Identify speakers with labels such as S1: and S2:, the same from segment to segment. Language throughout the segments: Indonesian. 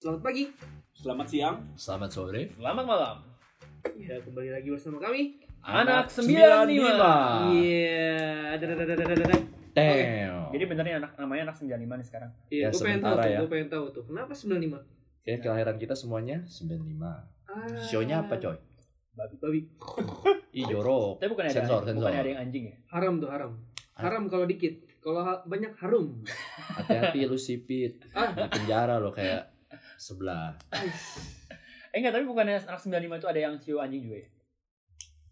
S1: Selamat pagi.
S2: Selamat siang.
S3: Selamat sore.
S4: Selamat malam.
S1: Ya,
S3: Iya.
S1: kembali lagi bersama kami.
S4: Anak
S3: 95.
S1: Iya. ada ada ada ada ada.
S3: Damn.
S4: Jadi benernya anak namanya anak 95 nih sekarang.
S1: Iya,
S3: Ya,
S1: gue pengen tahu
S3: sementara
S1: tuh,
S3: ya.
S1: gue pengen tahu tuh. Kenapa 95?
S3: Jadi kelahiran kita semuanya 95.
S1: Ah.
S3: Show-nya apa, coy?
S1: Babi.
S3: Ih, jorok.
S4: Tapi bukan ada
S3: Sensor, sensor.
S4: bukan ada yang anjing ya.
S1: Haram tuh haram. Haram kalau dikit. Kalau ha- banyak harum.
S3: Hati-hati lu sipit.
S4: Ah.
S3: Di penjara lo kayak sebelah.
S4: Eh enggak, tapi bukannya anak 95 itu ada yang ciu anjing juga ya?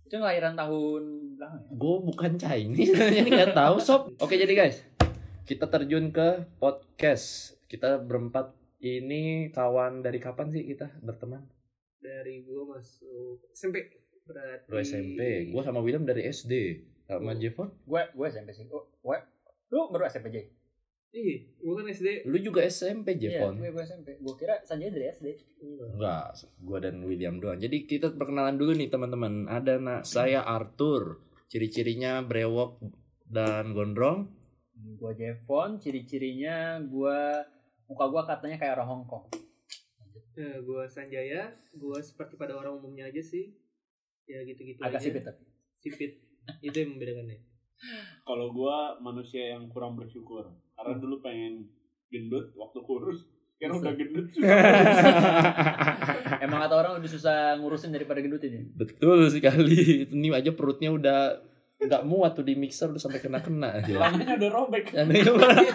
S4: Itu kelahiran tahun berapa ya?
S3: Gue bukan Chinese, jadi nggak tahu sob. Oke, jadi guys, kita terjun ke podcast. Kita berempat ini kawan dari kapan sih kita berteman?
S1: Dari gue masuk SMP. Berarti.
S3: Lu SMP, gue sama William dari SD. Sama
S1: Oh.
S3: Jevon,
S4: Gue gue SMP sih. Oh, gue lu baru SMP Jay?
S1: Iya, gue kan SD.
S3: lu juga SMP Jevon.
S4: Iya, gue gue SMP. Gue kira Sanjay dari SD.
S3: Enggak, gua dan William doang. Jadi kita perkenalan dulu nih teman-teman. Ada nak saya Arthur. Ciri-cirinya brewok dan gondrong.
S4: Hmm, Gue Jevon, ciri-cirinya gue muka gue katanya kayak orang Hong Kong.
S1: Nah, gue Sanjaya. Gue seperti pada orang umumnya aja sih. Ya gitu-gitu
S4: Agak
S1: aja.
S4: sipit tapi.
S1: Sipit. Itu yang membedakannya.
S2: Kalau gua manusia yang kurang bersyukur. Karena
S3: Hmm.
S2: dulu pengen gendut waktu kurus. Karena udah gendut
S3: Iya.
S4: Emang kata orang lebih susah ngurusin daripada gendutin ya?
S3: Betul sekali. Ini aja perutnya udah nggak muat tuh di mixer udah sampai kena-kena aja.
S2: Celananya udah robek.
S3: Aneh banget.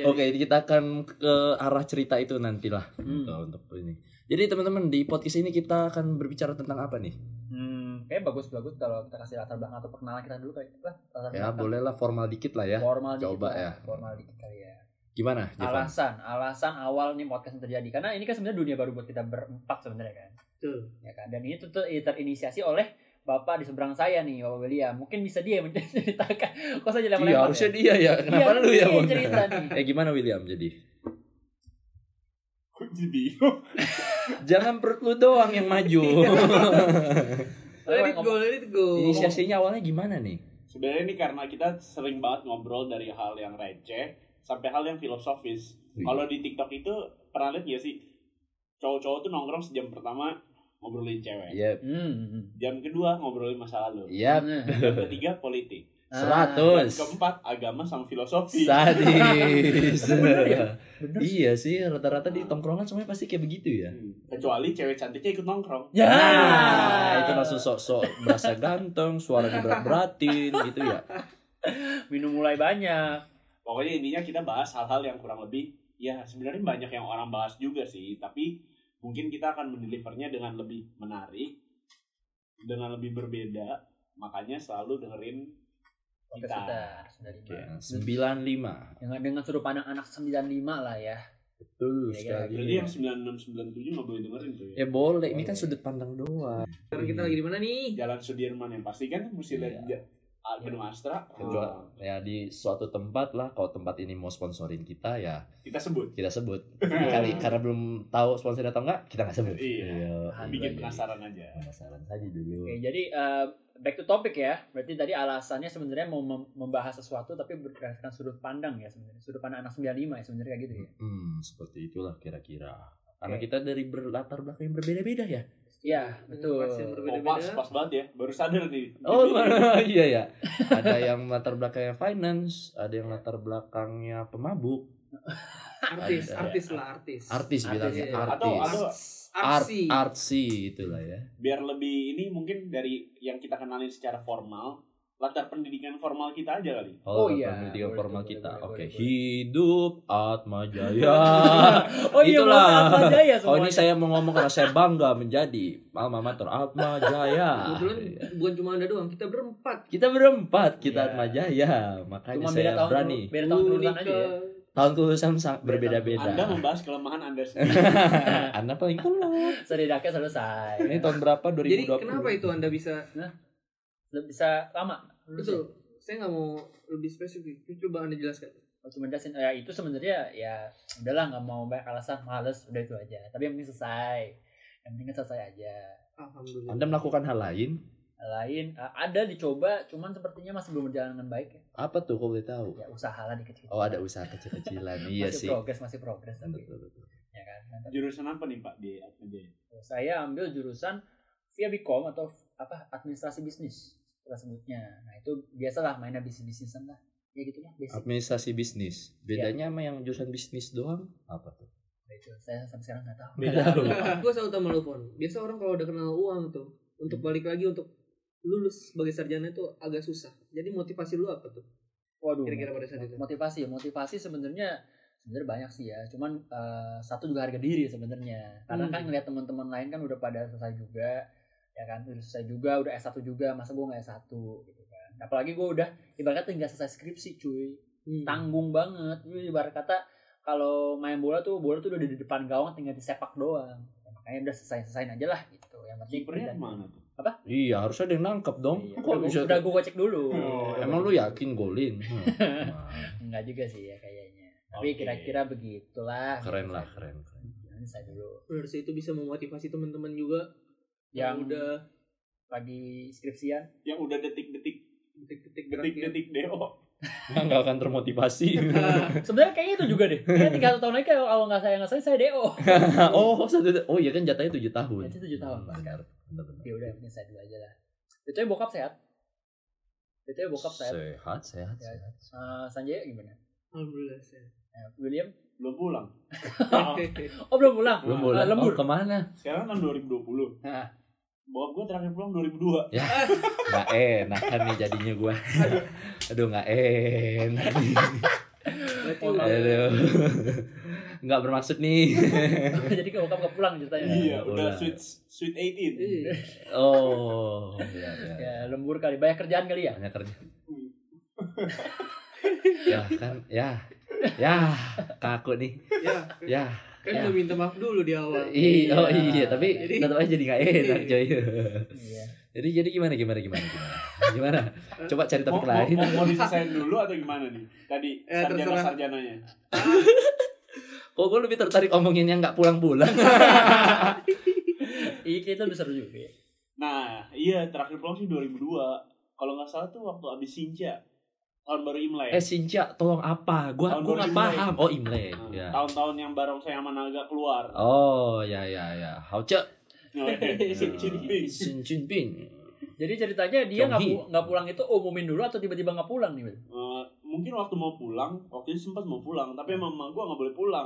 S4: Iya.
S3: Oke, kita akan ke arah cerita itu nantilah
S4: Hmm.
S3: Tuh, untuk ini. Jadi teman-teman di podcast ini kita akan berbicara tentang apa nih?
S4: Hmm, kayak bagus-bagus kalau kita kasih latar belakang atau perkenalan kita dulu kayak lah latar
S3: Ya
S4: belakang.
S3: bolehlah formal dikit lah ya.
S4: Formal
S3: Coba
S4: dikit lah,
S3: ya.
S4: Formal dikit kali ya.
S3: Gimana? Jevan?
S4: Alasan, alasan awal nih podcast yang terjadi karena ini kan sebenarnya dunia baru buat kita berempat sebenarnya kan.
S1: Betul.
S4: Ya kan. Dan ini tuh tuh terinisiasi oleh Bapak di seberang saya nih, Bapak William. Mungkin bisa dia yang menceritakan. Kok saya jadi Iya,
S3: Iya, harusnya dia ya. Kenapa lu ya, Bang?
S4: cerita nih.
S3: Eh gimana William jadi?
S2: Gua jadi bingung.
S3: Jangan perut lu doang yang maju.
S1: Let it go, let it go.
S3: Inisiasinya awalnya gimana nih?
S2: Sebenarnya ini karena kita sering banget ngobrol dari hal yang receh sampai hal yang filosofis.
S3: Wih.
S2: Kalau di TikTok itu pernah lihat gak sih? Cowok-cowok tuh nongkrong sejam pertama ngobrolin cewek.
S3: Iya,
S4: Hmm.
S2: Jam kedua ngobrolin masa lalu.
S3: iya.
S2: Jam ketiga politik. Jam
S3: Seratus.
S2: keempat agama sama filosofi.
S3: Sadis.
S4: Bener ya? Bener sih.
S3: iya sih, rata-rata di tongkrongan semuanya pasti kayak begitu ya.
S2: Hmm. Kecuali cewek cantiknya ikut nongkrong.
S4: Ya.
S3: Nah, itu langsung sok-sok merasa ganteng, suaranya berat-beratin gitu ya.
S4: Minum mulai banyak.
S2: Pokoknya intinya kita bahas hal-hal yang kurang lebih ya sebenarnya banyak yang orang bahas juga sih, tapi mungkin kita akan mendelivernya dengan lebih menarik, dengan lebih berbeda. Makanya selalu dengerin
S4: Podcast
S2: kita.
S4: kita. Sudah lima.
S3: Oke, 95.
S4: Dengan dengan sudut pandang anak 95 lah ya.
S3: Betul
S4: Iya,
S2: Jadi
S3: sekali.
S2: yang 9697 nggak boleh dengerin tuh ya.
S3: Ya boleh, ini kan sudut pandang doang.
S1: Sekarang kita lagi di mana nih?
S2: Jalan Sudirman yang pasti kan mesti
S3: Iya.
S2: lihat ja- ah, Gedung Astra.
S3: Kecuali-
S2: Ah,
S3: ya di suatu tempat lah kalau tempat ini mau sponsorin kita ya
S2: Kita sebut.
S3: kita sebut kali karena belum tahu sponsor atau enggak kita nggak sebut
S2: Iya. Bikin
S3: iya.
S2: penasaran aja.
S3: penasaran saja dulu
S4: Oke, jadi eh, back to topic ya. Berarti tadi alasannya sebenarnya mau mem- membahas sesuatu tapi berdasarkan sudut pandang ya sebenarnya. Sudut pandang anak 95 ya sebenarnya kayak gitu ya.
S3: hmm, seperti itulah kira-kira karena kita dari berlatar belakang yang berbeda-beda ya
S4: Iya,
S1: Dengan
S4: betul.
S1: kelas yang
S2: Oh,
S1: berbeda-beda.
S2: pas, pas banget ya. Baru sadar nih.
S3: oh iya ya ada yang latar belakangnya finance ada yang latar belakangnya pemabuk
S1: Artis,
S3: Ada, ya.
S1: artis lah, artis.
S3: artis bilangnya
S1: iya.
S2: Atau-
S3: artis
S2: atau-
S3: art
S1: Arsi.
S3: artsy itulah ya
S2: biar lebih ini mungkin dari yang kita kenalin secara formal latar pendidikan formal kita aja kali
S3: Oh,
S4: Oh, iya.
S3: pendidikan
S4: Boleh,
S3: formal
S4: boleh,
S3: kita.
S4: boleh,
S3: Oke,
S4: boleh, boleh.
S3: hidup Atma Jaya.
S4: Oh iya,
S3: Itulah.
S4: Mas Atma Jaya
S3: Kalau ini
S4: semuanya.
S3: saya mau ngomong karena saya bangga menjadi alma mater Atma Jaya.
S1: Kebetulan bukan cuma anda doang, kita berempat.
S3: Kita berempat,
S4: Iya.
S3: kita Atma Jaya. Makanya
S4: Cuma
S3: saya
S4: beda tahun
S3: berani. Uh,
S4: beda tahun
S1: Lu
S4: urutan aja ya.
S1: nikah.
S3: Tahun kelulusan sangat
S2: Anda
S3: berbeda-beda.
S2: membahas kelemahan Anda sendiri
S3: Anda paling telat.
S4: Setidaknya selesai.
S3: Ini tahun berapa? 2020.
S1: Jadi kenapa itu anda bisa?
S4: Lu bisa lama.
S1: Betul. Saya nggak mau lebih spesifik. Coba anda jelaskan.
S4: Kalau Cuma jelasin ya itu sebenarnya ya udahlah nggak mau banyak alasan males udah itu aja. Tapi yang penting selesai. Yang penting selesai aja.
S1: Alhamdulillah.
S3: Anda melakukan hal lain?
S4: Lain eh, ada dicoba cuman sepertinya masih belum berjalan dengan baik ya.
S3: Apa tuh kalau boleh tahu?
S4: Ya usahalah dikit-dikit.
S3: Oh, ada usaha kecil-kecilan. Oh, Iya
S4: masih
S3: sih.
S4: progres masih progres tapi
S3: Betul, betul.
S4: ya
S2: Jurusan apa nih Pak di Atmajaya?
S4: saya ambil jurusan via Bicom atau apa administrasi bisnis kita sebutnya nah itu biasalah mainnya bisnis bisnisan lah ya gitu lah basic
S3: Administrasi bisnis. Bedanya sama yang jurusan bisnis doang apa tuh?
S4: Nah, itu saya sampai sekarang nggak tahu
S3: Beda lu.
S1: gue selalu tahu telepon biasa orang kalau udah kenal uang tuh untuk
S3: Hmm.
S1: balik lagi untuk lulus sebagai sarjana itu agak susah jadi motivasi lu apa tuh
S4: waduh
S1: kira-kira pada saat itu
S4: motivasi motivasi sebenarnya sebenarnya banyak sih ya cuman eh, satu juga harga diri sebenarnya karena
S1: Hmm.
S4: kan ngeliat teman-teman lain kan udah pada selesai juga ya kan udah selesai juga udah S1 juga masa gue nggak S1 gitu kan apalagi gue udah ibaratnya tinggal selesai skripsi cuy
S1: Hmm.
S4: tanggung banget Lu ibarat kata kalau main bola tuh bola tuh udah di depan gawang tinggal disepak doang Ya, makanya udah selesai selesain aja lah gitu yang penting
S2: Kipernya mana
S4: udah,
S2: tuh?
S3: Iya, harusnya ada yang nangkep dong.
S4: Iya,
S3: Kok
S4: udah,
S3: bisa?
S4: gua- udah gue cek dulu
S2: Oh,
S4: Udah
S3: Emang
S4: gua
S3: lu
S4: cek
S3: yakin golin? Hmm. Nah,
S4: dulu. enggak juga sih ya kayaknya tapi
S2: Oke.
S4: kira-kira begitulah
S3: Keren
S4: Gitu,
S3: lah,
S4: saya-
S3: keren. keren.
S4: Jangan saya dulu
S1: Menurut saya itu bisa memotivasi teman-teman juga
S4: yang
S1: yang
S4: udah
S1: udah
S4: lagi skripsian
S2: Yang udah detik-detik
S1: detik-detik terakhir
S2: detik-detik deo.
S3: Nggak akan termotivasi.
S4: sebenarnya kayaknya itu juga deh kayaknya tiga satu tahun lagi kalau kalau nggak saya nggak saya saya do
S3: oh, satu, oh iya kan jatahnya tujuh tahun.
S4: Jatahnya tujuh tahun, Pak.
S3: Benar, benar, benar.
S4: ya udah ini saya dulu aja lah itu bokap sehat itu bokap sehat
S3: Sehat, sehat,
S4: Ya.
S3: sehat.
S4: Eh, Sanjaya gimana
S1: alhamdulillah saya
S4: Eh, William
S2: Belum pulang.
S4: Oh belum pulang.
S3: Lu
S2: Ah,
S3: boleh
S4: Ah, lembur.
S3: oh, kemana?
S2: Sekarang kan 2020.
S4: Nah,
S2: Bokap gue terakhir pulang 2002.
S3: Nggak enak kan nih jadinya gua. Aduh, nggak enak. nih.
S1: berarti
S4: Oh,
S1: udah
S3: Aduh. Nggak bermaksud nih.
S4: jadi ke bokap nggak pulang ceritanya.
S2: Iya, udah
S3: pulang.
S2: sweet sweet 18.
S1: Iya.
S3: Oh, iya, iya.
S4: Ya lembur kali, banyak kerjaan kali ya.
S3: Banyak kerja.
S2: Hmm.
S3: ya kan, ya. Ya, kaku nih.
S1: ya
S3: Ya.
S1: kan
S3: Ya.
S1: udah minta maaf dulu di awal
S3: I, oh iya, tapi
S1: Jadi-
S3: tetap aja jadi nggak enak, coy.
S4: Iya.
S3: Jadi jadi gimana gimana gimana gimana. Gimana? Coba cari
S2: Mau,
S3: topik
S2: mau,
S3: lain.
S2: mau, mau diselesain dulu atau gimana nih? Tadi
S1: Eh, terserah.
S2: sarjana-sarjananya.
S3: Kok gue lebih tertarik omongin yang nggak pulang-pulang.
S4: Iya kita lebih seru juga. ya.
S2: Nah, iya terakhir pulang sih 2002. Kalau nggak salah tuh waktu abis Sinca. Tahun baru Imlek. ya.
S3: eh Sinca, tolong apa? Gua
S2: Tahun
S3: gua
S2: baru
S3: nggak
S2: Imlek.
S3: paham. Oh Imlek.
S2: Nah,
S3: Ya.
S2: Tahun-tahun yang barongsai sama naga keluar.
S3: Oh ya ya ya. Hauce.
S2: Shin Shin Ping.
S3: Sin Chin Ping.
S4: Jadi ceritanya dia nggak
S3: Jonghi.
S4: pu- nggak pulang itu umumin dulu atau tiba-tiba nggak pulang nih? Wil?
S2: Eh, mungkin waktu mau pulang, waktu itu sempat mau pulang, tapi emang emak gua nggak boleh pulang.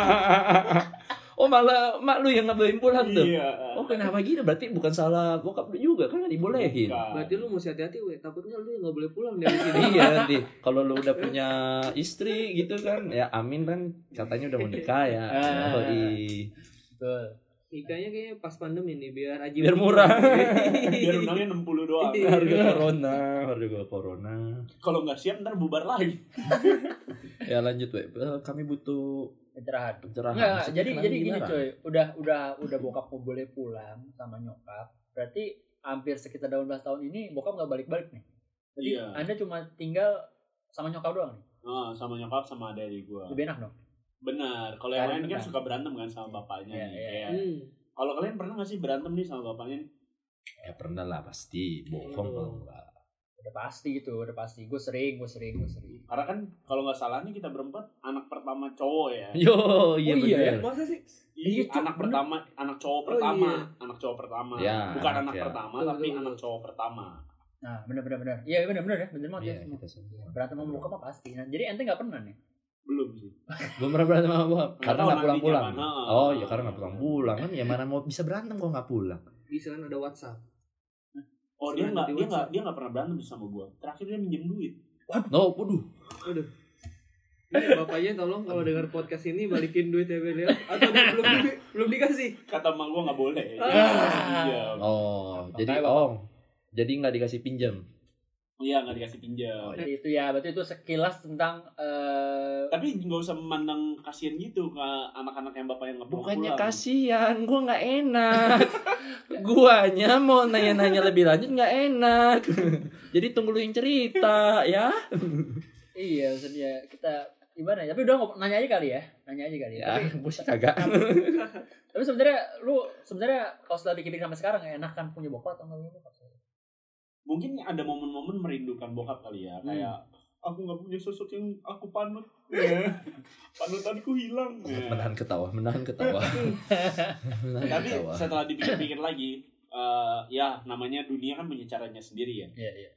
S3: oh malah mak lu yang ngabain pulang tuh.
S2: iya.
S3: Oh kenapa gitu? Berarti bukan salah bokap lu juga kan nggak dibolehin.
S2: Bukan.
S1: berarti lu mesti hati-hati we takutnya lu nggak boleh pulang dari sini
S3: iya nanti kalau lu udah punya istri gitu kan ya Amin kan katanya udah menikah ya
S4: Ah.
S3: oh, i.
S4: Betul.
S1: nikahnya kayaknya pas pandemi nih biar Iya. aja
S3: biar murah
S2: Biar undangnya 60 doang.
S3: harga corona harga corona
S2: Kalau nggak siap ntar bubar lagi.
S3: ya lanjut we Eh, kami butuh
S4: Pencerahan.
S3: pencerahan
S4: Nggak,
S3: Nah, Maksudnya
S4: jadi
S3: kenapa
S4: jadi gini
S3: dilarang?
S4: coy, udah udah udah bokap mau boleh pulang sama nyokap, berarti hampir sekitar 18 tahun ini bokap nggak balik-balik nih. Jadi
S2: Iya.
S4: Anda cuma tinggal sama nyokap doang nih.
S2: Ah, sama nyokap sama adik gua.
S4: Lebih enak dong.
S2: Benar. Kalau yang lain
S4: Berantem
S2: kan
S4: kan?
S2: suka berantem kan sama bapaknya
S4: Iya,
S2: nih.
S4: iya.
S2: Kayak,
S1: hmm.
S2: Kalau kalian pernah nggak sih berantem nih sama bapaknya?
S3: ya pernah lah pasti bohong
S1: Aduh.
S3: kalau enggak
S4: Udah pasti gitu, udah pasti. Gue sering, gue sering, gue sering.
S2: Karena kan kalau nggak salah nih kita berempat anak pertama cowok ya.
S3: yo iya
S4: Oh, iya
S3: bener
S1: masa sih
S2: Iya,
S4: Iya,
S2: anak
S4: Cok, bener.
S2: pertama, anak cowok
S1: Oh,
S2: pertama,
S1: iya.
S2: anak cowok pertama.
S3: Ya,
S2: Bukan
S3: anak
S2: anak
S3: ya.
S2: pertama
S1: Betul,
S2: tapi
S1: betul,
S2: anak
S1: betul.
S2: cowok pertama.
S4: Nah, benar benar benar. Iya, benar benar ya, benar banget ya.
S3: Iya,
S4: semua.
S3: kita semua.
S4: Berantem sama bokap mah pasti. Nah, jadi ente nggak pernah nih.
S2: Belum sih.
S3: Belum pernah berantem sama bokap
S2: tahu
S3: Karena nggak
S2: nantinya
S3: pulang-pulang
S2: mana.
S3: Oh iya karena nggak pulang-pulang Kan ya mana mau bisa berantem kalau nggak pulang
S1: bisa kan ada WhatsApp
S2: Oh dia
S1: Sebenarnya
S2: nggak
S1: di
S2: dia nggak
S1: WhatsApp.
S2: dia nggak pernah berantem sama gua. Terakhir dia minjem duit.
S3: No, waduh
S1: Ini Iya, bapaknya tolong kalau dengar podcast ini balikin duit ya Bel, ya. atau dia belum belum dikasih
S2: Kata emang gua nggak boleh.
S1: Ah.
S2: Iya, Iya,
S3: Oh,
S4: Makanya
S3: jadi
S4: bapak-
S3: oh, jadi nggak dikasih pinjam.
S2: iya nggak dikasih pinjam.
S3: Oh,
S4: Berarti itu ya, berarti itu sekilas tentang eh
S2: Tapi nggak usah memandang kasihan gitu ke anak-anak yang bapaknya nggak pernah
S3: Bukannya
S2: pulang.
S3: kasihan, gua nggak enak. Guanya mau nanya-nanya lebih lanjut nggak enak. jadi tunggu lu yang cerita ya.
S4: iya, maksudnya kita gimana ya? Tapi udah ngob- nanya aja kali ya. Nanya aja kali ya.
S3: Ya,
S4: Tapi,
S3: gua sih kagak.
S4: tapi sebenarnya lu sebenarnya kalau setelah dikipin sampai sekarang enak kan punya bokap atau enggak punya bokap?
S2: Mungkin ada momen-momen merindukan bokap kali ya.
S4: Hmm.
S2: Kayak aku nggak punya sosok yang aku panut Ya. panutanku hilang Ya.
S3: menahan ketawa menahan ketawa Iya. menahan
S2: tapi
S3: ketawa
S2: setelah dipikir-pikir lagi eh, ya namanya dunia kan punya caranya sendiri ya
S4: Iya, iya.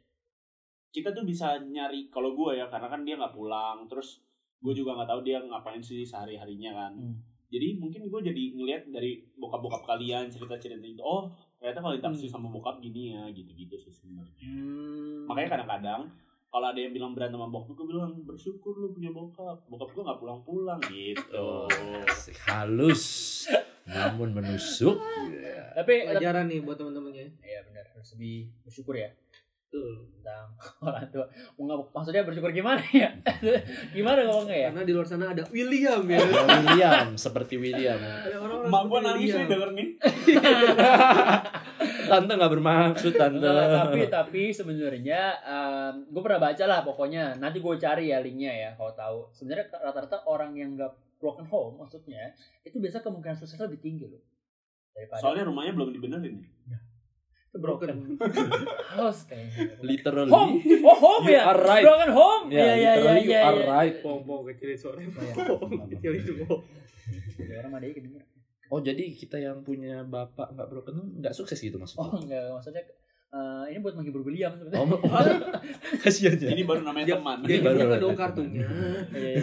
S2: kita tuh bisa nyari kalau gue ya karena kan dia nggak pulang terus gue juga nggak tahu dia ngapain sih sehari harinya kan
S4: Hmm.
S2: jadi mungkin gue jadi ngelihat dari bokap-bokap kalian cerita-cerita itu oh ternyata kalau interaksi
S3: Hmm.
S2: sama bokap gini ya gitu-gitu sih sebenarnya
S4: Hmm.
S2: makanya kan kadang-kadang kalau ada yang bilang berantem sama bokap gue bilang bersyukur lu punya bokap bokap gue nggak pulang-pulang gitu
S3: Oh, asik. halus namun menusuk
S4: Tapi tapi-
S1: Pelajaran nih buat teman-temannya.
S4: iya benar harus lebih bersyukur ya
S1: Tuh.
S4: tentang orang tua. Enggak maksudnya bersyukur gimana ya? gimana ngomongnya
S3: Iya.
S4: ya?
S1: Karena di luar sana ada William ya.
S3: William seperti William
S1: Ada orang-orang
S2: mak gue
S3: Iya.
S1: seperti
S2: nangis ya, nih
S1: William.
S2: denger nih
S3: tante nggak bermaksud tante
S4: Enggak, tapi tapi sebenarnya gue pernah baca lah pokoknya nanti gue cari ya linknya ya kalau tahu sebenarnya rata-rata orang yang nggak broken home maksudnya itu biasa kemungkinan suksesnya lebih tinggi loh daripada
S2: soalnya rumahnya belum dibenerin
S1: broken.
S4: broken house kayaknya
S3: literally
S4: home oh home
S3: You
S4: ya
S3: are right.
S4: broken home
S3: ya literally you are right
S1: Pom-pom kecil sore.
S4: Iya.
S1: Pom kecil itu. pom.
S4: Jadi orang ada yang denger.
S3: oh jadi kita yang punya bapak nggak broken home, nggak sukses gitu
S4: oh
S3: maksudnya
S4: enggak maksudnya eh, ini buat menghibur William sebenarnya
S3: oh, kasihan ya
S2: ini baru namanya
S1: Ya,
S2: teman
S1: Dia
S3: Ini baru
S1: juga dong
S3: ada.
S1: kartunya.
S4: Iya, iya.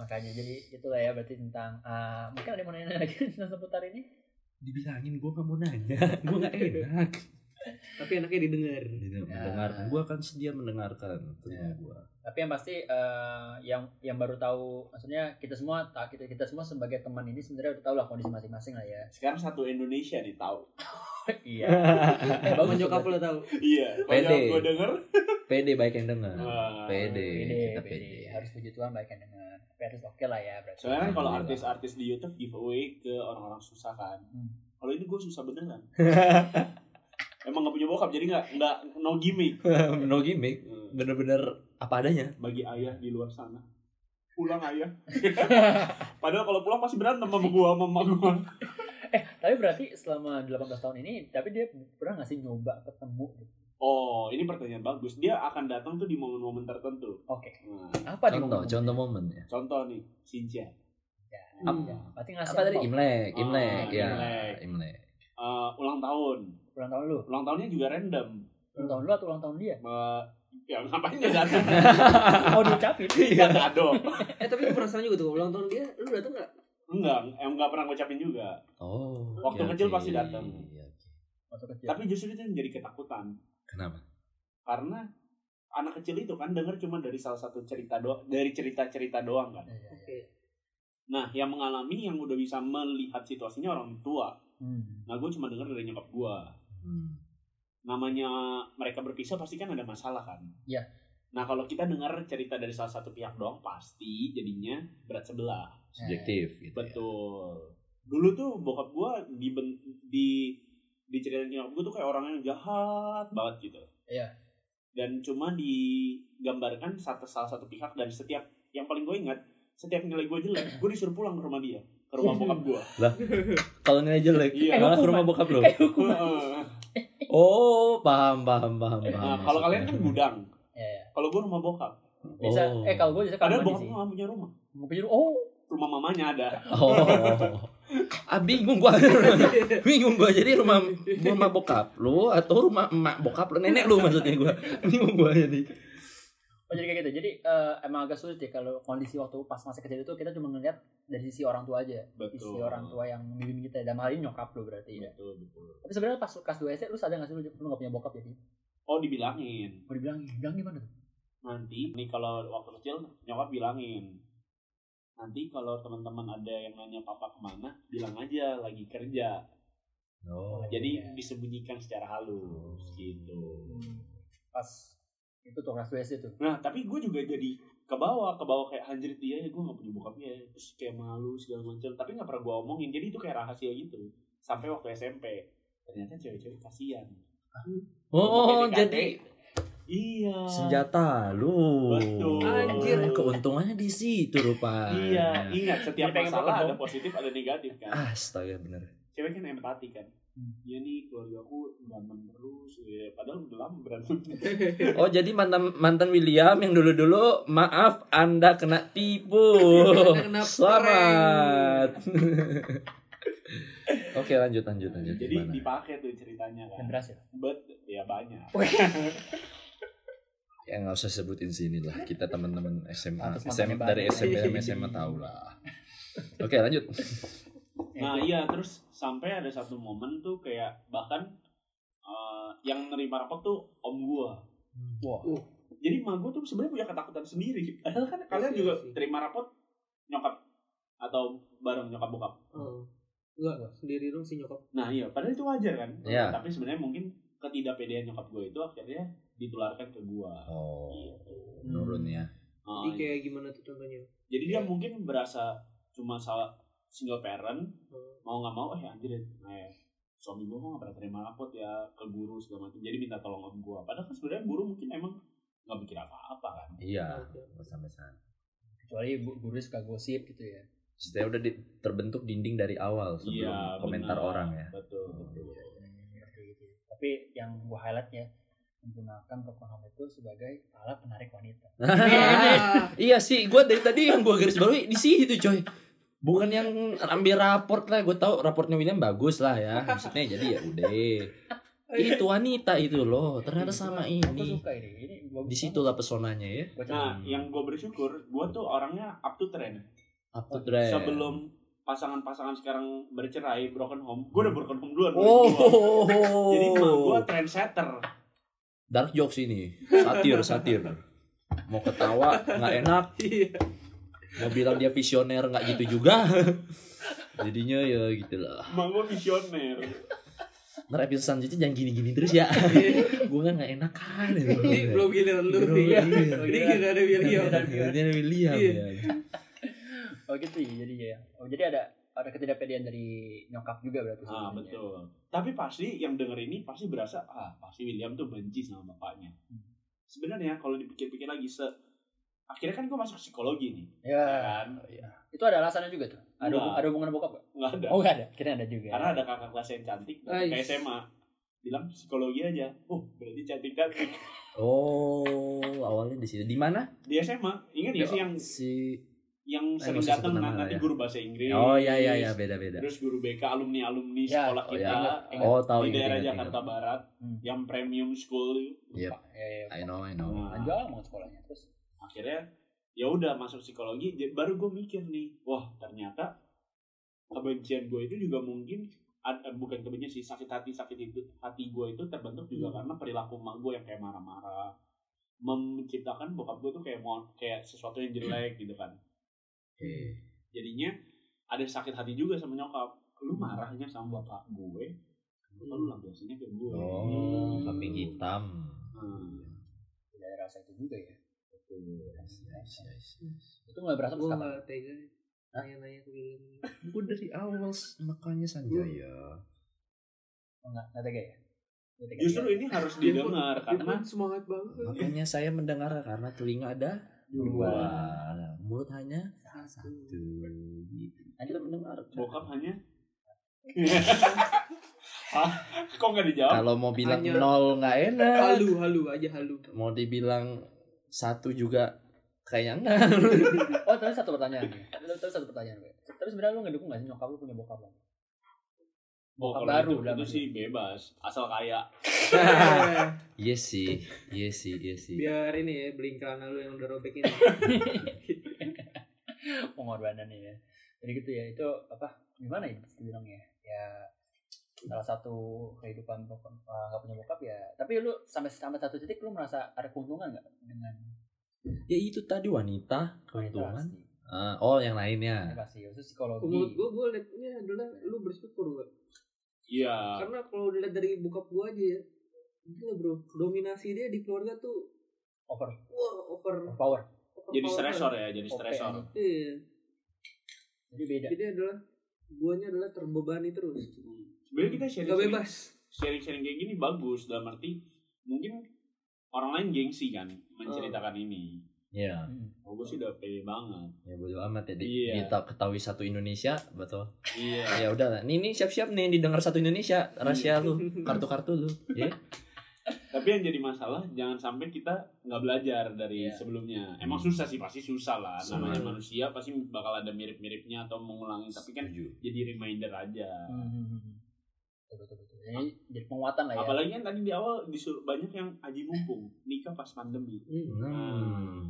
S4: makanya jadi itulah ya berarti tentang eh, mungkin ada yang mau nanya lagi tentang seputar ini
S3: dibilangin gue nggak mau nanya gue nggak enak
S1: Tapi enaknya didengar.
S3: mendengarkan gue akan sedia mendengarkan telinga gue
S4: tapi yang pasti eh, yang yang baru tahu maksudnya kita semua ta- kita kita semua sebagai teman ini sebenarnya udah tahu lah kondisi masing-masing lah ya
S2: sekarang satu Indonesia nih tahu
S4: iya
S1: Eh,
S3: Ya.
S1: Bang nyokap lo tahu.
S2: iya kalau
S3: Pede.
S2: gue denger eh,
S3: pede baik yang dengar
S2: Wah.
S3: pede
S4: pede,
S3: kita
S4: pede.
S3: pede
S4: harus puji Tuhan baik yang dengar tapi harus oke lah ya berarti
S2: Soalnya kan kalau
S3: Alhamdulillah.
S2: artis-artis di YouTube giveaway ke orang-orang susah kan.
S4: Hmm.
S2: Kalau ini gue susah beneran. Emang gak punya bokap jadi nggak nggak no gimmick. Hmm,
S3: no gimmick bener-bener apa adanya
S2: Bagi ayah di luar sana. Pulang ayah. Padahal kalau pulang pasti berantem sama gue sama emak gue.
S4: tapi berarti selama 18 tahun ini tapi dia pernah nggak sih nyoba ketemu gitu?
S2: Oh ini pertanyaan bagus. Dia akan datang tuh di momen-momen tertentu.
S4: oke
S2: Nah,
S4: apa nih
S3: contoh
S4: momen-momen?
S3: contoh momen ya
S2: contoh nih Sinja.
S4: Ya, berarti ngasih
S3: apa tadi
S4: apa?
S3: imlek
S2: Ah,
S3: imlek ya
S2: Imlek.
S3: imlek
S2: Eh, ulang tahun.
S4: ulang tahun lu
S2: Ulang tahunnya juga random.
S4: ulang tahun lu atau ulang tahun dia
S2: Eh, ya ngapain dia datang?
S4: oh diucapin
S2: Iya kado.
S1: Eh, tapi gue penasaran juga tuh. Ulang tahun dia, lu datang nggak?
S2: Enggak, em nggak pernah ngucapin juga.
S3: oh
S2: Waktu
S3: oke,
S2: kecil
S3: oke.
S2: pasti datang.
S3: Iya, oke.
S4: waktu kecil Iya,
S2: Tapi justru itu yang jadi ketakutan
S3: kenapa
S2: karena anak kecil itu kan denger cuma dari salah satu cerita do dari cerita-cerita doang kan.
S4: Iya, iya, iya.
S1: Oke.
S2: Nah, yang mengalami yang udah bisa melihat situasinya orang tua.
S4: Hmm.
S2: Nah, gue cuma denger dari nyokap gue.
S3: Hmm.
S2: Namanya mereka berpisah pasti kan ada masalah kan.
S4: Iya.
S2: Nah, kalau kita dengar cerita dari salah satu pihak doang pasti jadinya berat sebelah.
S4: Iya,
S3: subjektif gitu ya.
S2: Betul. Dulu tuh bokap gue di di di cerita nyokap gue tuh kayak orang yang jahat banget gitu.
S4: Iya.
S2: Dan cuma digambarkan satu salah satu pihak dari setiap yang paling gue ingat setiap nilai gue jelek, gue disuruh pulang ke rumah dia, ke rumah bokap gue.
S3: kalau nilai jelek
S2: Iya.
S3: malah ke rumah bokap lo
S4: Kayak hukuman.
S2: nah,
S3: oh paham paham paham paham
S2: kalau
S3: maksudnya.
S2: kalian kan gudang,
S4: Iya, iya.
S2: kalau gue rumah bokap.
S4: Bisa,
S3: Oh.
S4: eh kalau gue bisa
S2: Padahal
S4: kamar
S2: bokap
S4: sih.
S2: gue gak punya rumah,
S4: Mau pinjam- oh,
S2: rumah mamanya ada.
S3: Oh. Ah bingung gua. bingung gua. Jadi rumah rumah bokap lu atau rumah emak bokap lu nenek lu maksudnya gua. Bingung gua jadi.
S4: Oh jadi kayak gitu. Jadi eh, emang agak sulit ya kalau kondisi waktu pas masa kecil itu kita cuma ngeliat dari sisi orang tua aja, sisi orang tua yang bimbing kita. ya. Dalam hal ini nyokap lo berarti ya.
S2: Betul, betul.
S4: Tapi sebenarnya pas lu kelas 2 SD lu sadar nggak sih lu, lu gak punya bokap ya, jadi?
S2: Oh dibilangin,
S4: Mau dibilang, bilang gimana tuh?
S2: nanti nih kalau waktu kecil nyokap bilangin nanti kalau teman-teman ada yang nanya papa kemana bilang aja lagi kerja
S3: Oh.
S2: jadi
S4: Iya. Oh.
S2: disembunyikan secara halus gitu
S4: Hmm, Pas itu tuh kelas 2 SD tuh.
S2: nah tapi gue juga jadi ke bawah ke bawah kayak anjir dia ya gue gak punya bokapnya ya." terus kayak malu segala macam tapi nggak pernah gue omongin jadi itu kayak rahasia gitu sampai waktu SMP ternyata cewek-cewek kasihan
S3: Oh, oh,
S2: PDKT.
S3: jadi
S2: iya
S3: senjata lu. Eh,
S2: Betul.
S1: Anjir.
S3: Keuntungannya di situ rupanya.
S2: iya ingat setiap
S4: Jadi pengen
S2: masalah
S4: bokap
S2: ada positif ada negatif kan
S3: Astaga bener.
S2: cewek kan empati kan
S1: Hmm.
S2: Iya nih keluarga aku berantem terus ya padahal udah lama berantem.
S1: Iya,
S3: Oh jadi mantan mantan William yang dulu dulu maaf anda kena tipu.
S1: Anda kena
S3: Selamat. Oke lanjut lanjut lanjut.
S2: Jadi
S3: Gimana?
S2: dipakai tuh ceritanya
S4: Dan
S2: kan.
S4: berhasil.
S2: But ya banyak.
S3: Ya nggak usah sebutin sini lah kita teman-teman SMA
S4: Atas
S3: SMA
S4: Ah, mantannya
S3: dari
S4: banyak.
S3: SMA sama SMA tahu lah. Oke lanjut.
S1: Eh,
S2: Nah iya terus sampai ada satu momen tuh kayak bahkan eh, yang nerima rapot tuh om gua.
S4: Hmm. Wah.
S2: Jadi emak gua tuh sebenarnya punya ketakutan sendiri. Padahal kan kalian
S1: Iya
S2: juga
S1: sih.
S2: terima rapot nyokap atau bareng nyokap bokap.
S1: Oh. Enggak, sendiri dong si nyokap.
S2: Nah iya padahal itu wajar kan.
S3: Iya.
S2: Tapi sebenarnya mungkin ketidakpedean nyokap gua itu akhirnya ditularkan ke gua.
S3: Oh menurun ya.
S2: Oh,
S1: Jadi kayak gimana tuh contohnya?
S2: Jadi dia mungkin berasa cuma salah single parent,
S1: Hmm.
S2: mau nggak mau eh anjir eh suami gue mau nggak pernah terima rapot ya ke guru segala macam. Jadi minta tolong om gue. Padahal kan sebenarnya guru mungkin emang nggak mikir apa-apa kan.
S3: Iya.
S1: Oke.
S3: nggak Sampai sana.
S4: Kecuali bu- guru suka gosip gitu ya.
S3: Setidaknya udah di- terbentuk dinding dari awal sebelum
S2: Iya,
S3: komentar
S2: benar.
S3: orang ya.
S2: Betul, betul.
S4: gitu ya. Tapi yang gue highlightnya menggunakan rokok home itu sebagai alat penarik wanita.
S1: Ah,
S3: Iya sih, gue dari tadi yang gue garis bawahi di situ coy. Bukan yang ambil raport lah, gue tahu raportnya William bagus lah ya. Maksudnya jadi ya udah. Itu wanita itu loh, ternyata sama
S4: Aku
S3: ini.
S4: suka ini. Ini gua
S3: Di situlah pesonanya ya.
S4: Gua
S2: Nah,
S3: Hmm.
S2: yang gue bersyukur, gue tuh orangnya up to trend.
S3: Up to
S2: Iya,
S3: trend.
S2: Sebelum pasangan-pasangan sekarang bercerai, broken home, gue udah broken home duluan. dua ribu dua.
S3: Oh.
S2: Jadi emak gue trendsetter.
S3: Dark jokes ini. Satir, satir. Mau ketawa nggak enak,
S1: Iya.
S3: mau bilang dia visioner nggak gitu juga. Jadinya ya gitulah.
S2: Emak gue visioner.
S3: Ntar episode selanjutnya jangan gini-gini terus ya. gue kan nggak enakan.
S2: Iya,
S3: ya.
S1: Ini belum giliran lu
S3: Belum
S1: nih.
S3: giliran.
S1: Ini giliran ada William.
S3: Ini William
S1: Iya.
S3: ya.
S4: Oh gitu ya jadi ya. Oh jadi ada ada ketidakpedean dari nyokap juga berarti.
S2: Ah
S3: Gitu.
S4: sebenarnya.
S2: betul. Tapi pasti yang denger ini pasti berasa ah pasti William tuh benci sama bapaknya.
S3: Hmm.
S2: Sebenarnya kalau dipikir-pikir lagi se akhirnya kan gue masuk psikologi nih.
S4: Ya.
S2: Kan?
S4: Itu ada alasannya juga tuh. Ada
S2: Enggak.
S4: ada hubungan bokap gak?
S2: Nggak ada.
S4: Oh gak ada. Kira ada
S3: iya.
S4: juga.
S2: Karena ada kakak kelas yang cantik
S1: Ais.
S2: kayak SMA bilang psikologi aja. Oh berarti cantik cantik.
S3: Oh, awalnya di situ. Di mana?
S2: Di SMA ingat ya sih yang
S3: si
S2: yang
S3: Eh,
S2: sering
S3: masih
S2: datang
S3: sebut
S2: nah,
S3: nama,
S2: nanti
S3: ya.
S2: guru bahasa Inggris.
S3: Oh iya iya iya beda-beda.
S2: Terus guru BK alumni alumni
S4: Ya,
S2: sekolah
S3: oh,
S2: kita
S3: ya.
S2: eh,
S3: Oh, tahu
S2: di
S3: ingat,
S2: daerah
S3: ingat,
S2: Jakarta
S3: ingat.
S2: Barat
S4: Hmm.
S2: yang premium school itu.
S3: Yep.
S4: Ya ya.
S3: I know, I know.
S2: Nah,
S4: Lanjut mau sekolahnya terus.
S2: akhirnya ya udah masuk psikologi jadi baru gue mikir nih wah ternyata kebencian gue itu juga mungkin ad- eh, bukan kebencian sih sakit hati sakit itu hati gue itu terbentuk juga karena perilaku emak gue yang kayak marah-marah menciptakan bokap gue tuh kayak mau kayak sesuatu yang jelek gitu kan
S3: Oke.
S2: jadinya ada sakit hati juga sama nyokap lu marahnya sama bapak gue kenapa lu lampiasinnya ke gue
S3: Oh,
S2: Hmm.
S3: kambing hitam.
S2: Hmm.
S4: Tidak ada rasa itu juga ya.
S3: Yes, yes, yes, yes.
S4: Itu mulai berasa
S1: Gue
S4: pas kapan?
S1: gak tega. Nanya-nanya ke William.
S3: Gue dari awal makanya Sanjaya.
S4: Enggak, enggak tega ya. Nggak tega
S2: justru
S4: juga.
S2: ini harus didengar
S1: Dia
S2: karena
S1: pun semangat banget.
S3: Makanya saya mendengar karena telinga ada
S4: Dua.
S3: dua, mulut hanya
S1: Satu.
S3: satu. Gitu. Kita mendengarkan.
S2: bokap hanya Hah? kok nggak dijawab
S3: Kalau mau bilang
S1: Hanya-
S3: nol nggak enak.
S1: Halu, halu aja halu.
S3: mau dibilang satu juga kayaknya enggak
S4: Oh, terus satu pertanyaan. nih. Terus terus satu pertanyaan gue. Tapi sebenarnya lu ngedukung gak sih nyokap lu punya bokap lagi?
S2: Mau
S4: Bokap
S2: kalau
S4: baru
S2: itu,
S4: udah
S2: itu
S4: maju.
S2: sih bebas asal kaya
S1: Eh,
S3: iya sih iya sih iya sih
S1: Biar ini ya, beliin celana lu yang udah robek ini.
S3: Iya.
S4: Pengorbanan ya. Jadi gitu ya, itu apa? Gimana ya bilangnya? Ya salah satu kehidupan bokap eh, nggak punya bokap ya. Tapi lu sampai sampai satu titik lu merasa ada keuntungan nggak dengan
S3: ya itu tadi wanita
S4: wanita
S3: keuntungan
S4: pasti?
S3: Ah, oh yang
S4: Ya,
S3: lainnya
S4: pasti. Itu psikologi.
S1: Menurut gue, gue liatnya adalah lu bersyukur gak?
S2: iya
S1: Karena kalau dilihat dari bokap gue aja ya, gila bro, dominasi dia di keluarga tuh
S4: over
S1: wah over.
S4: power.
S1: over
S2: jadi
S1: power
S2: stresor
S1: banget.
S2: ya jadi
S4: Oke,
S2: stresor
S1: Iya,
S4: Jadi beda.
S1: jadi adalah guanya adalah terbebani terus.
S2: Hmm. sebenarnya kita sharing
S1: Gak bebas.
S2: sharing sharing kayak gini bagus dalam arti mungkin orang lain gengsi kan menceritakan ini
S3: Iya,
S4: Hmm.
S2: Oh, gue sih udah pede banget.
S3: ya bodo amat ya. Di,
S2: Iya.
S3: dita- ketahui satu Indonesia, betul.
S2: Iya.
S3: Ya udah lah. Nih, nih siap-siap nih yang didengar satu Indonesia, rahasia lu, kartu-kartu lu. Ya.
S2: Tapi yang jadi masalah jangan sampai kita nggak belajar dari
S4: Iya.
S2: sebelumnya. Emang
S3: Hmm.
S2: susah sih pasti susah lah.
S3: Susah.
S2: Namanya manusia pasti bakal ada mirip-miripnya atau mengulangi. Tapi kan
S3: Setuju.
S2: jadi reminder aja.
S4: Hmm. Betul, betul, betul. Jadi, jadi penguatan
S3: Oh, iya.
S4: lah ya.
S2: Apalagi kan tadi di awal disuruh banyak yang aji mumpung nikah pas pandemi.
S1: Hmm.
S3: Hmm.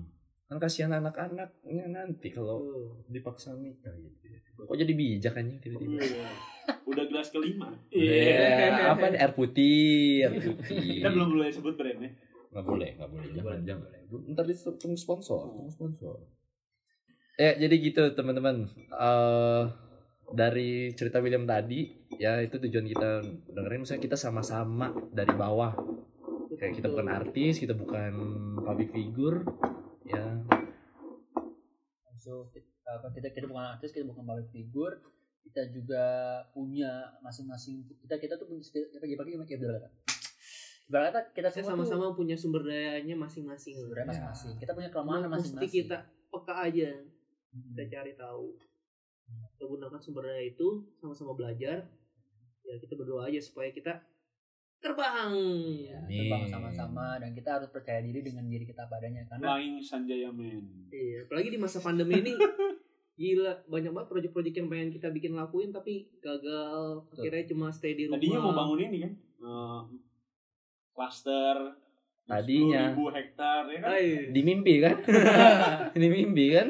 S3: Kan kasihan anak-anaknya nanti kalau
S1: Oh.
S3: dipaksa nikah gitu. ya. Kok jadi bijak aja
S2: Hmm.
S3: tiba-tiba.
S2: Oh, iya. Udah gelas kelima.
S3: Iya, apa nih? air putih, air putih.
S2: Iya. Kita belum boleh sebut ya. brandnya.
S3: Nggak boleh, nggak boleh. Jangan,
S4: Boleh,
S3: jangan. Ntar ditunggu sponsor, tunggu sponsor. Ya, jadi gitu teman-teman. Eh dari cerita William tadi, ya itu tujuan kita dengerin misalnya kita sama-sama dari bawah. Kayak kita bukan artis, kita bukan public figure. Ya,
S4: So, apa, kita kita bukan artis, kita bukan public figure, kita juga punya masing-masing kita kita tuh punya kita pagi-pagi ya berapa? Berarti
S1: Kita
S4: kita semua tuh
S1: sama-sama punya sumber dayanya masing-masing.
S4: sebenarnya
S3: Ya.
S4: masing-masing. Kita punya kelemahan
S1: Mana mesti
S4: masing-masing.
S1: kita peka aja,
S4: Hmm.
S1: kita cari tahu. Kita gunakan sumber daya itu sama-sama belajar. Ya kita berdoa aja supaya kita terbang. Iya,
S4: Ya,
S3: Amin.
S4: terbang sama-sama dan kita harus percaya diri dengan diri kita padanya karena
S2: Flying Sanjaya Man.
S1: Iya, apalagi di masa pandemi ini gila banyak banget proyek-proyek yang pengen kita bikin lakuin tapi gagal.
S4: Betul.
S1: Akhirnya cuma stay di rumah.
S2: Tadinya mau bangun ini kan. eh, Cluster
S3: Tadinya. Ah,
S2: 10.000 hektar ya kan.
S1: Ay,
S3: di mimpi kan? Ini mimpi kan?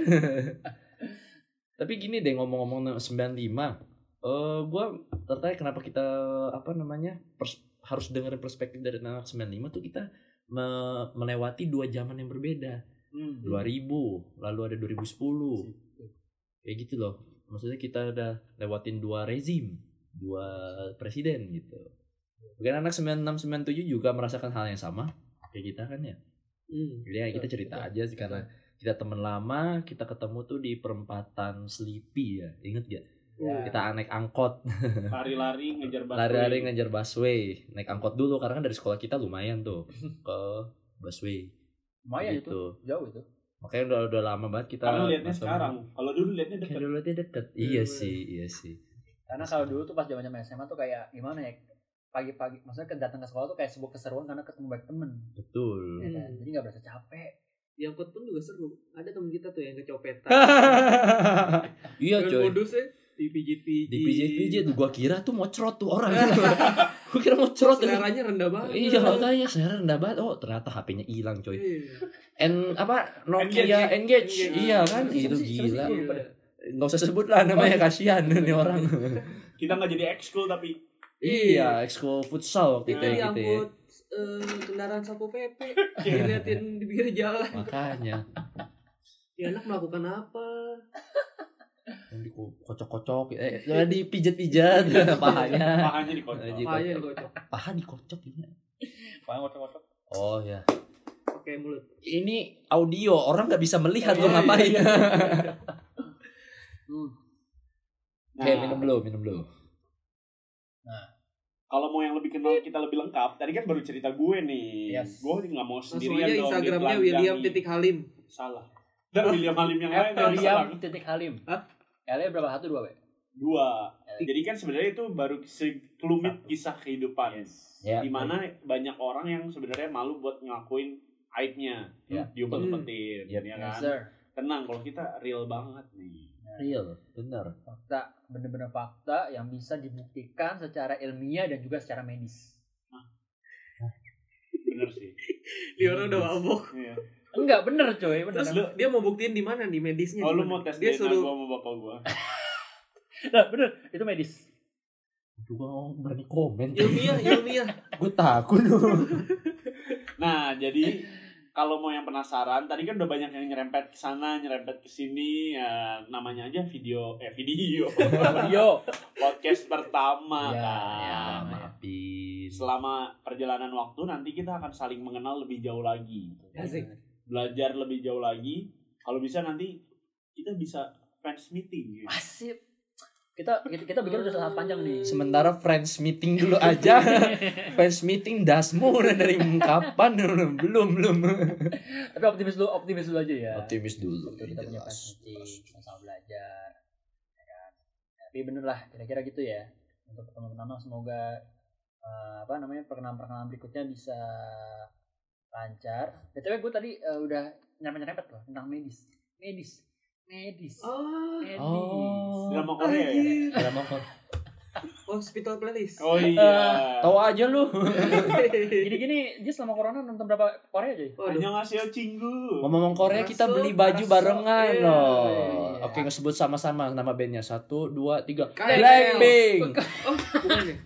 S3: Tapi gini deh ngomong-ngomong 95. Eh gua tertarik kenapa kita apa namanya? pers- harus dengerin perspektif dari anak 95 tuh kita me- melewati dua zaman yang berbeda.
S4: Hmm.
S3: 2000, lalu ada 2010. Kayak gitu loh. Maksudnya kita udah lewatin dua rezim, dua presiden gitu. Mungkin anak 96 97 juga merasakan hal yang sama kayak kita kan ya.
S1: Hmm.
S3: Jadi ya kita
S4: Betul,
S3: cerita
S4: betul,
S3: aja sih karena
S4: iya.
S3: kita teman lama, kita ketemu tuh di perempatan Sleepy ya. Ingat gak?
S1: Iya.
S4: Ya.
S3: Kita naik angkot,
S2: Lari-lari ngejar batu.
S3: lari-lari ngejar busway, naik angkot dulu karena kan dari sekolah kita lumayan tuh ke busway
S4: lumayan itu
S3: gitu.
S4: jauh itu.
S3: Makanya udah udah lama banget kita
S2: Karena liatnya
S3: ketemu.
S2: sekarang. Kalau dulu liatnya
S3: Kayak
S2: deket.
S3: dulu dia deket. Iya
S1: Iya.
S3: sih, iya sih.
S4: Karena kalau dulu tuh pas zaman zaman SMA tuh kayak gimana ya pagi-pagi maksudnya ke- datang ke sekolah tuh kayak sebuah keseruan karena ketemu banyak temen
S3: Betul.
S4: ya kan?
S1: Hmm.
S4: jadi nggak berasa capek
S1: Di angkot pun juga seru. Ada temen kita tuh yang kecopetan.
S3: iya
S1: Dan
S3: coy.
S1: modusnya dipijit-pijit.
S3: Di pijit-pijit gua kira tuh mau cerot tuh orang. gua kira mau cerot.
S1: Seleranya rendah banget.
S3: Iya makanya saya rendah banget. Oh ternyata HP-nya hilang coy.
S1: Iya.
S3: N apa
S2: Engage.
S3: Nokia Engage,
S1: Engage.
S3: iya kan itu
S4: Siapa sih- siapa sih
S3: gila.
S4: gua lupa dah.
S3: Nggak usah sebut lah namanya kasihan nih orang.
S2: Kita nggak jadi ekskul tapi
S3: iya ekskul futsal waktu itu
S1: Kita
S3: ya, gitu ya.
S1: diangkut eh, kendaraan sapu PP diliatin di pinggir jalan
S3: Makanya
S1: ya anak melakukan apa
S3: yang dikocok-kocok eh jangan dipijat-pijat pahanya.
S2: pahanya dikocok.
S3: Jadi-
S1: makanya dikocok
S3: Paha dikocok ini.
S4: paling ngocok-ngocok
S3: Oh ya.
S1: pakai mulut
S3: Ini audio orang nggak bisa melihat lo ngapain.
S4: Hmm.
S2: Nah,
S3: Oke, minum dulu, minum dulu.
S2: kalau mau yang lebih kenal kita lebih lengkap, tadi kan baru cerita gue nih.
S4: Yes.
S2: Gue nggak mau
S1: langsung
S2: sendirian
S1: aja
S2: dong.
S1: instagramnya
S2: ditelanjangi.
S1: William titik Halim
S2: salah. Dan William Halim yang lain yang
S4: William
S2: salah.
S4: titik Halim
S1: Hah?
S4: L berapa satu dua Be?
S2: Dua. Jadi kan sebenarnya itu baru sekelumit kisah kehidupan.
S3: Ya.
S2: Dimana banyak orang yang sebenarnya malu buat ngelakuin aibnya.
S3: Ya.
S2: Diumpet-umpetin.
S3: Hmm.
S2: Ya
S4: Yes,
S2: kan?
S4: sir.
S2: Tenang, kalau kita real banget nih.
S3: Real, benar.
S4: fakta bener-bener fakta yang bisa dibuktikan secara ilmiah dan juga secara medis
S2: Bener sih.
S1: dia orang udah mabok
S2: Iya.
S4: enggak bener coy bener
S1: terus dia mau buktiin di mana di medisnya
S2: Oh
S1: di
S2: lu
S1: mana?
S2: mau tes
S1: dia
S2: DNA
S1: suruh
S2: gua sama bapak gua
S4: Nah, bener itu medis
S3: Juga orang berani komen.
S1: ilmiah ilmiah
S3: Gue takut loh.
S2: Nah jadi kalau mau yang penasaran tadi kan udah banyak yang nyerempet ke sana nyerempet ke sini ya, namanya aja video eh video
S4: Mario
S2: podcast pertama
S4: Ya,
S2: kan.
S3: iya.
S4: ya.
S3: maafin.
S2: Selama perjalanan waktu nanti kita akan saling mengenal lebih jauh lagi gitu.
S1: Asik.
S2: belajar lebih jauh lagi kalau bisa nanti kita bisa fans meeting ya.
S4: asik oke kita kita, kita bikin udah sangat panjang nih
S3: Sementara friends meeting dulu aja. friends meeting dasmu udah dari kapan belum belum.
S4: tapi optimis dulu optimis dulu aja ya
S3: Optimis dulu.
S4: Betul, kita punya
S3: jelas.
S4: perspektif sama belajar ya kan? tapi bener lah kira-kira gitu ya untuk pertemuan pertama semoga eh, apa namanya perkenalan-perkenalan berikutnya bisa lancar btw gue tadi eh, udah nyampe-nyampe loh tentang medis medis medis
S1: Oh,
S4: medis
S3: Oh.
S2: Drama Korea ya?
S1: anjir.
S3: Drama kon-
S1: hospital playlist.
S2: Oh iya.
S3: Tahu aja lu.
S4: Gini-gini, dia selama corona nonton berapa Korea aja?
S1: Waduh.
S2: Hanya ngasih cinggu.
S3: Ngomong-ngomong Korea kita
S1: Masuk,
S3: beli baju
S1: masuk.
S3: barengan
S1: Iya,
S3: loh.
S4: iya.
S3: Oke ngesebut sama-sama nama bandnya satu dua tiga.
S1: KXL.
S3: Blackpink.
S1: Oh, bukan ya?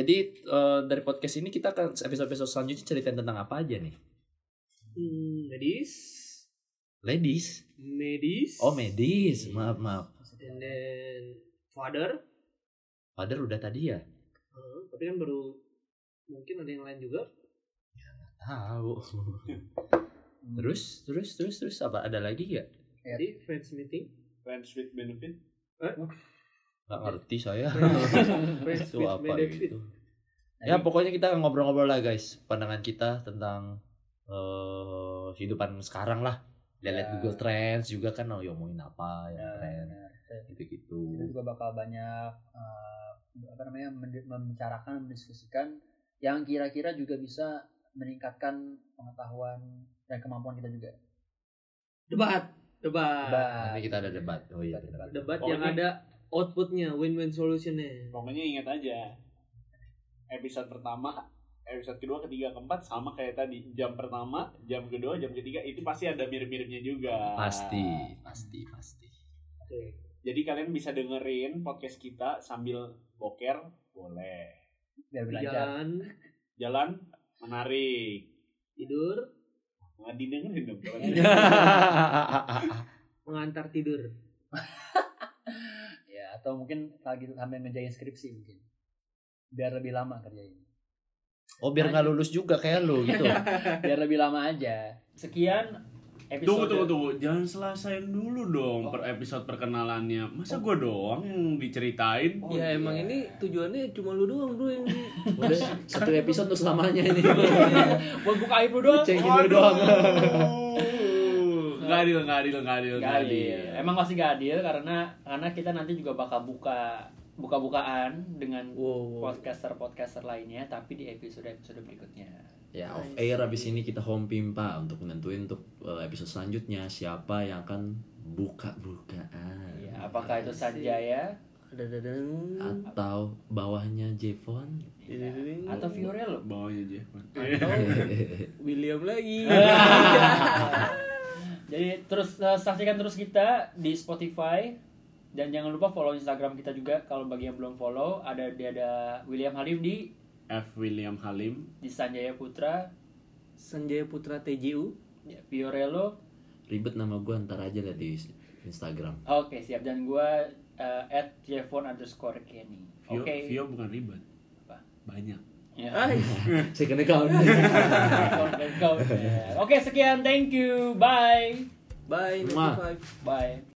S3: Jadi eh, dari podcast ini kita akan episode-episode selanjutnya ceritain tentang apa aja nih?
S1: Hmm, medis,
S3: Ladies.
S1: medis.
S3: Oh
S1: Iya.
S3: medis. Maaf maaf.
S1: And then father.
S3: Father udah tadi ya?
S1: Hmm, tapi kan baru mungkin ada yang lain juga.
S3: Tahu. terus terus terus terus apa ada lagi ya?
S1: Jadi friends meeting.
S2: Friends with benefit.
S3: Gak ngerti saya.
S1: Iya. Friends
S3: itu
S1: with
S3: apa
S1: benefit. Nah,
S3: gitu? Ya pokoknya kita ngobrol-ngobrol lah guys, pandangan kita tentang eh kehidupan sekarang lah. Lihat-lihat
S4: Ya.
S3: Google Trends juga kan oh, ngomongin apa yang
S4: Ya,
S3: tren
S4: bener.
S3: gitu.
S4: kita
S3: gitu-gitu.
S4: juga bakal banyak eh, apa namanya mende- membicarakan mendiskusikan yang kira-kira juga bisa meningkatkan pengetahuan dan kemampuan kita juga
S1: Debat, debat,
S4: Bah,
S3: Ah, Nanti kita ada debat. Oh iya benar.
S1: debat
S2: Pokoknya-
S1: yang ada outputnya, win-win solutionnya.
S2: Pokoknya ingat aja. Episode pertama, episode kedua, ketiga, keempat sama kayak tadi. Jam pertama, jam kedua, jam ketiga itu pasti ada mirip-miripnya juga.
S3: Pasti, pasti, pasti.
S1: Oke.
S2: Jadi kalian bisa dengerin podcast kita sambil boker, boleh.
S3: Iya.
S4: biar belajar
S1: Jalan,
S2: Jalan menarik.
S1: tidur,
S2: Nggak didengerin dong. kalau
S3: Iya.
S1: mengantar tidur.
S4: ya atau mungkin lagi sambil ngejain skripsi mungkin biar lebih lama kerjain
S3: oh biar nggak lulus juga kayak lu gitu.
S4: biar lebih lama aja sekian episode
S2: Tunggu tunggu tunggu, jangan selesain dulu dong per episode perkenalannya. Masa gua doang yang diceritain?
S4: Oh,
S3: Ya,
S4: iya.
S1: tujuannya cuma lu doang bro yang di-
S3: Udah satu episode tuh selamanya ini.
S4: buat buka aib lu doang
S3: Cek gitu doang.
S2: Gak adil, gak adil, gak adil,
S4: Gak adil. Emang pasti gak adil karena karena kita nanti juga bakal buka buka-bukaan dengan
S1: Wow.
S4: podcaster-podcaster lainnya tapi di episode-episode berikutnya.
S3: Ya off air abis ini kita home pimpa untuk menentuin untuk uh, episode selanjutnya siapa yang akan buka-bukaan.
S1: Iya.
S4: Ya, apakah itu saja ya
S1: Dadadadang.
S3: Hmm. Atau bawahnya Jevon?
S1: Dadadadang.
S4: Iya. atau Fiorello?
S2: Bawahnya Jeffman.
S1: William lagi.
S4: Jadi terus eh, saksikan terus kita di Spotify dan jangan lupa follow Instagram kita juga kalau bagi yang belum follow ada dia ada William Halim di
S2: F. William Halim,
S4: di Sanjaya Putra,
S1: Sanjaya Putra TJU.
S4: ya, Fiorello.
S3: Ribet nama gua ntar aja lah di Instagram.
S4: Oke, siap dan gua eh, at Jevon underscore Kenny.
S2: Vio,
S4: Oke.
S2: Vio bukan ribet.
S4: Apa?
S2: Banyak.
S4: Ya.
S3: Second account.
S4: Account, account. Ya. Oke, sekian. Thank you. Bye.
S1: Bye.
S3: Mwah.
S1: 95.
S4: Bye.